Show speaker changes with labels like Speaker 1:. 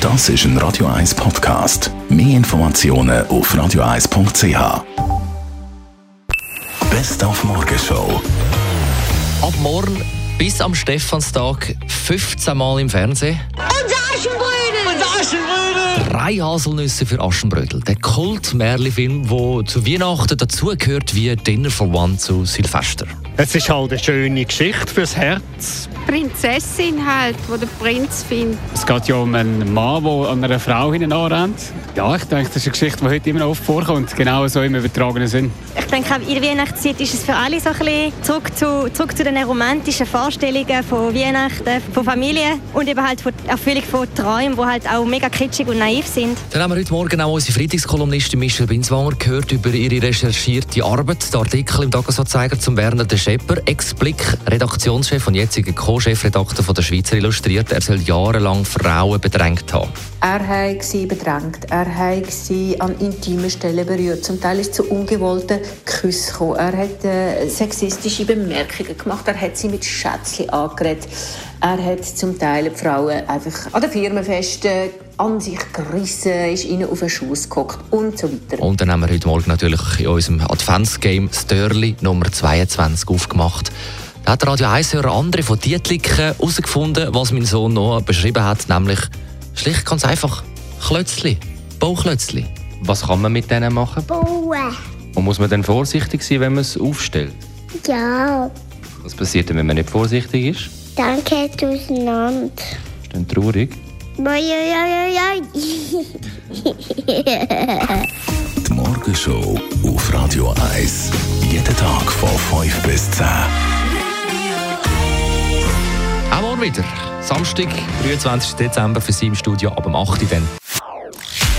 Speaker 1: Das ist ein Radio 1 Podcast. Mehr Informationen auf radio1.ch. Best auf Morgenshow.
Speaker 2: Ab morgen bis am Stephanstag 15 Mal im Fernsehen. Drei Haselnüsse für Aschenbrödel. Der Kult-Märli-Film, der zu Weihnachten dazugehört wie Dinner for One zu Silvester.
Speaker 3: Es ist halt eine schöne Geschichte fürs Herz.
Speaker 4: Prinzessin halt, wo der Prinz findet.
Speaker 3: Es geht ja um einen Mann, der an einer Frau hinten anrennt. Ja, ich denke, das ist eine Geschichte, die heute immer noch oft vorkommt. Genau so im übertragenen Sinn.
Speaker 5: Ich denke, auch in der Weihnachtszeit ist es für alle so ein bisschen zurück zu, zurück zu den romantischen Vorstellungen von Weihnachten, von Familie und eben halt von der Erfüllung von Träumen, die halt auch mega kitschig und naiv sind.
Speaker 2: Dann haben wir heute Morgen auch unsere Freitagskolumnistin Michelle Binswanger gehört über ihre recherchierte Arbeit. Der Artikel im Tagesanzeiger zum Werner de Schepper, Ex-Blick, Redaktionschef und jetziger Co-Chefredakteur von der Schweizer Illustriert. Er soll jahrelang Frauen bedrängt haben.
Speaker 6: Er hat sie bedrängt, er hat sie an intimen Stellen berührt. Zum Teil ist es zu ungewollten Küssen gekommen. Er hat äh, sexistische Bemerkungen gemacht, er hat sie mit Schätzchen angeredet. Er hat zum Teil die Frauen einfach an den Firmenfesten an sich gerissen, ist ihnen auf den Schuss gehockt und so weiter.
Speaker 2: Und dann haben wir heute Morgen natürlich in unserem Adventsgame Störli Nummer 22 aufgemacht. Da hat der Radio 1-Hörer André von Dietliken herausgefunden, was mein Sohn noch beschrieben hat, nämlich schlicht ganz einfach Klötzli, Bauklötzli.
Speaker 7: Was kann man mit denen machen?
Speaker 8: Bauen.
Speaker 7: Und muss man dann vorsichtig sein, wenn man es aufstellt?
Speaker 8: Ja,
Speaker 7: Was passiert denn, wenn man nicht vorsichtig ist?
Speaker 8: dann geht es auseinander.
Speaker 7: Ist dann traurig?
Speaker 8: Oi, oi, oi, oi, oi.
Speaker 1: Die Morgenshow auf Radio 1. Jeden Tag von 5 bis 10.
Speaker 2: Auch morgen wieder. Samstag, 23. Dezember für Sie im Studio ab dem 8. Uhr dann.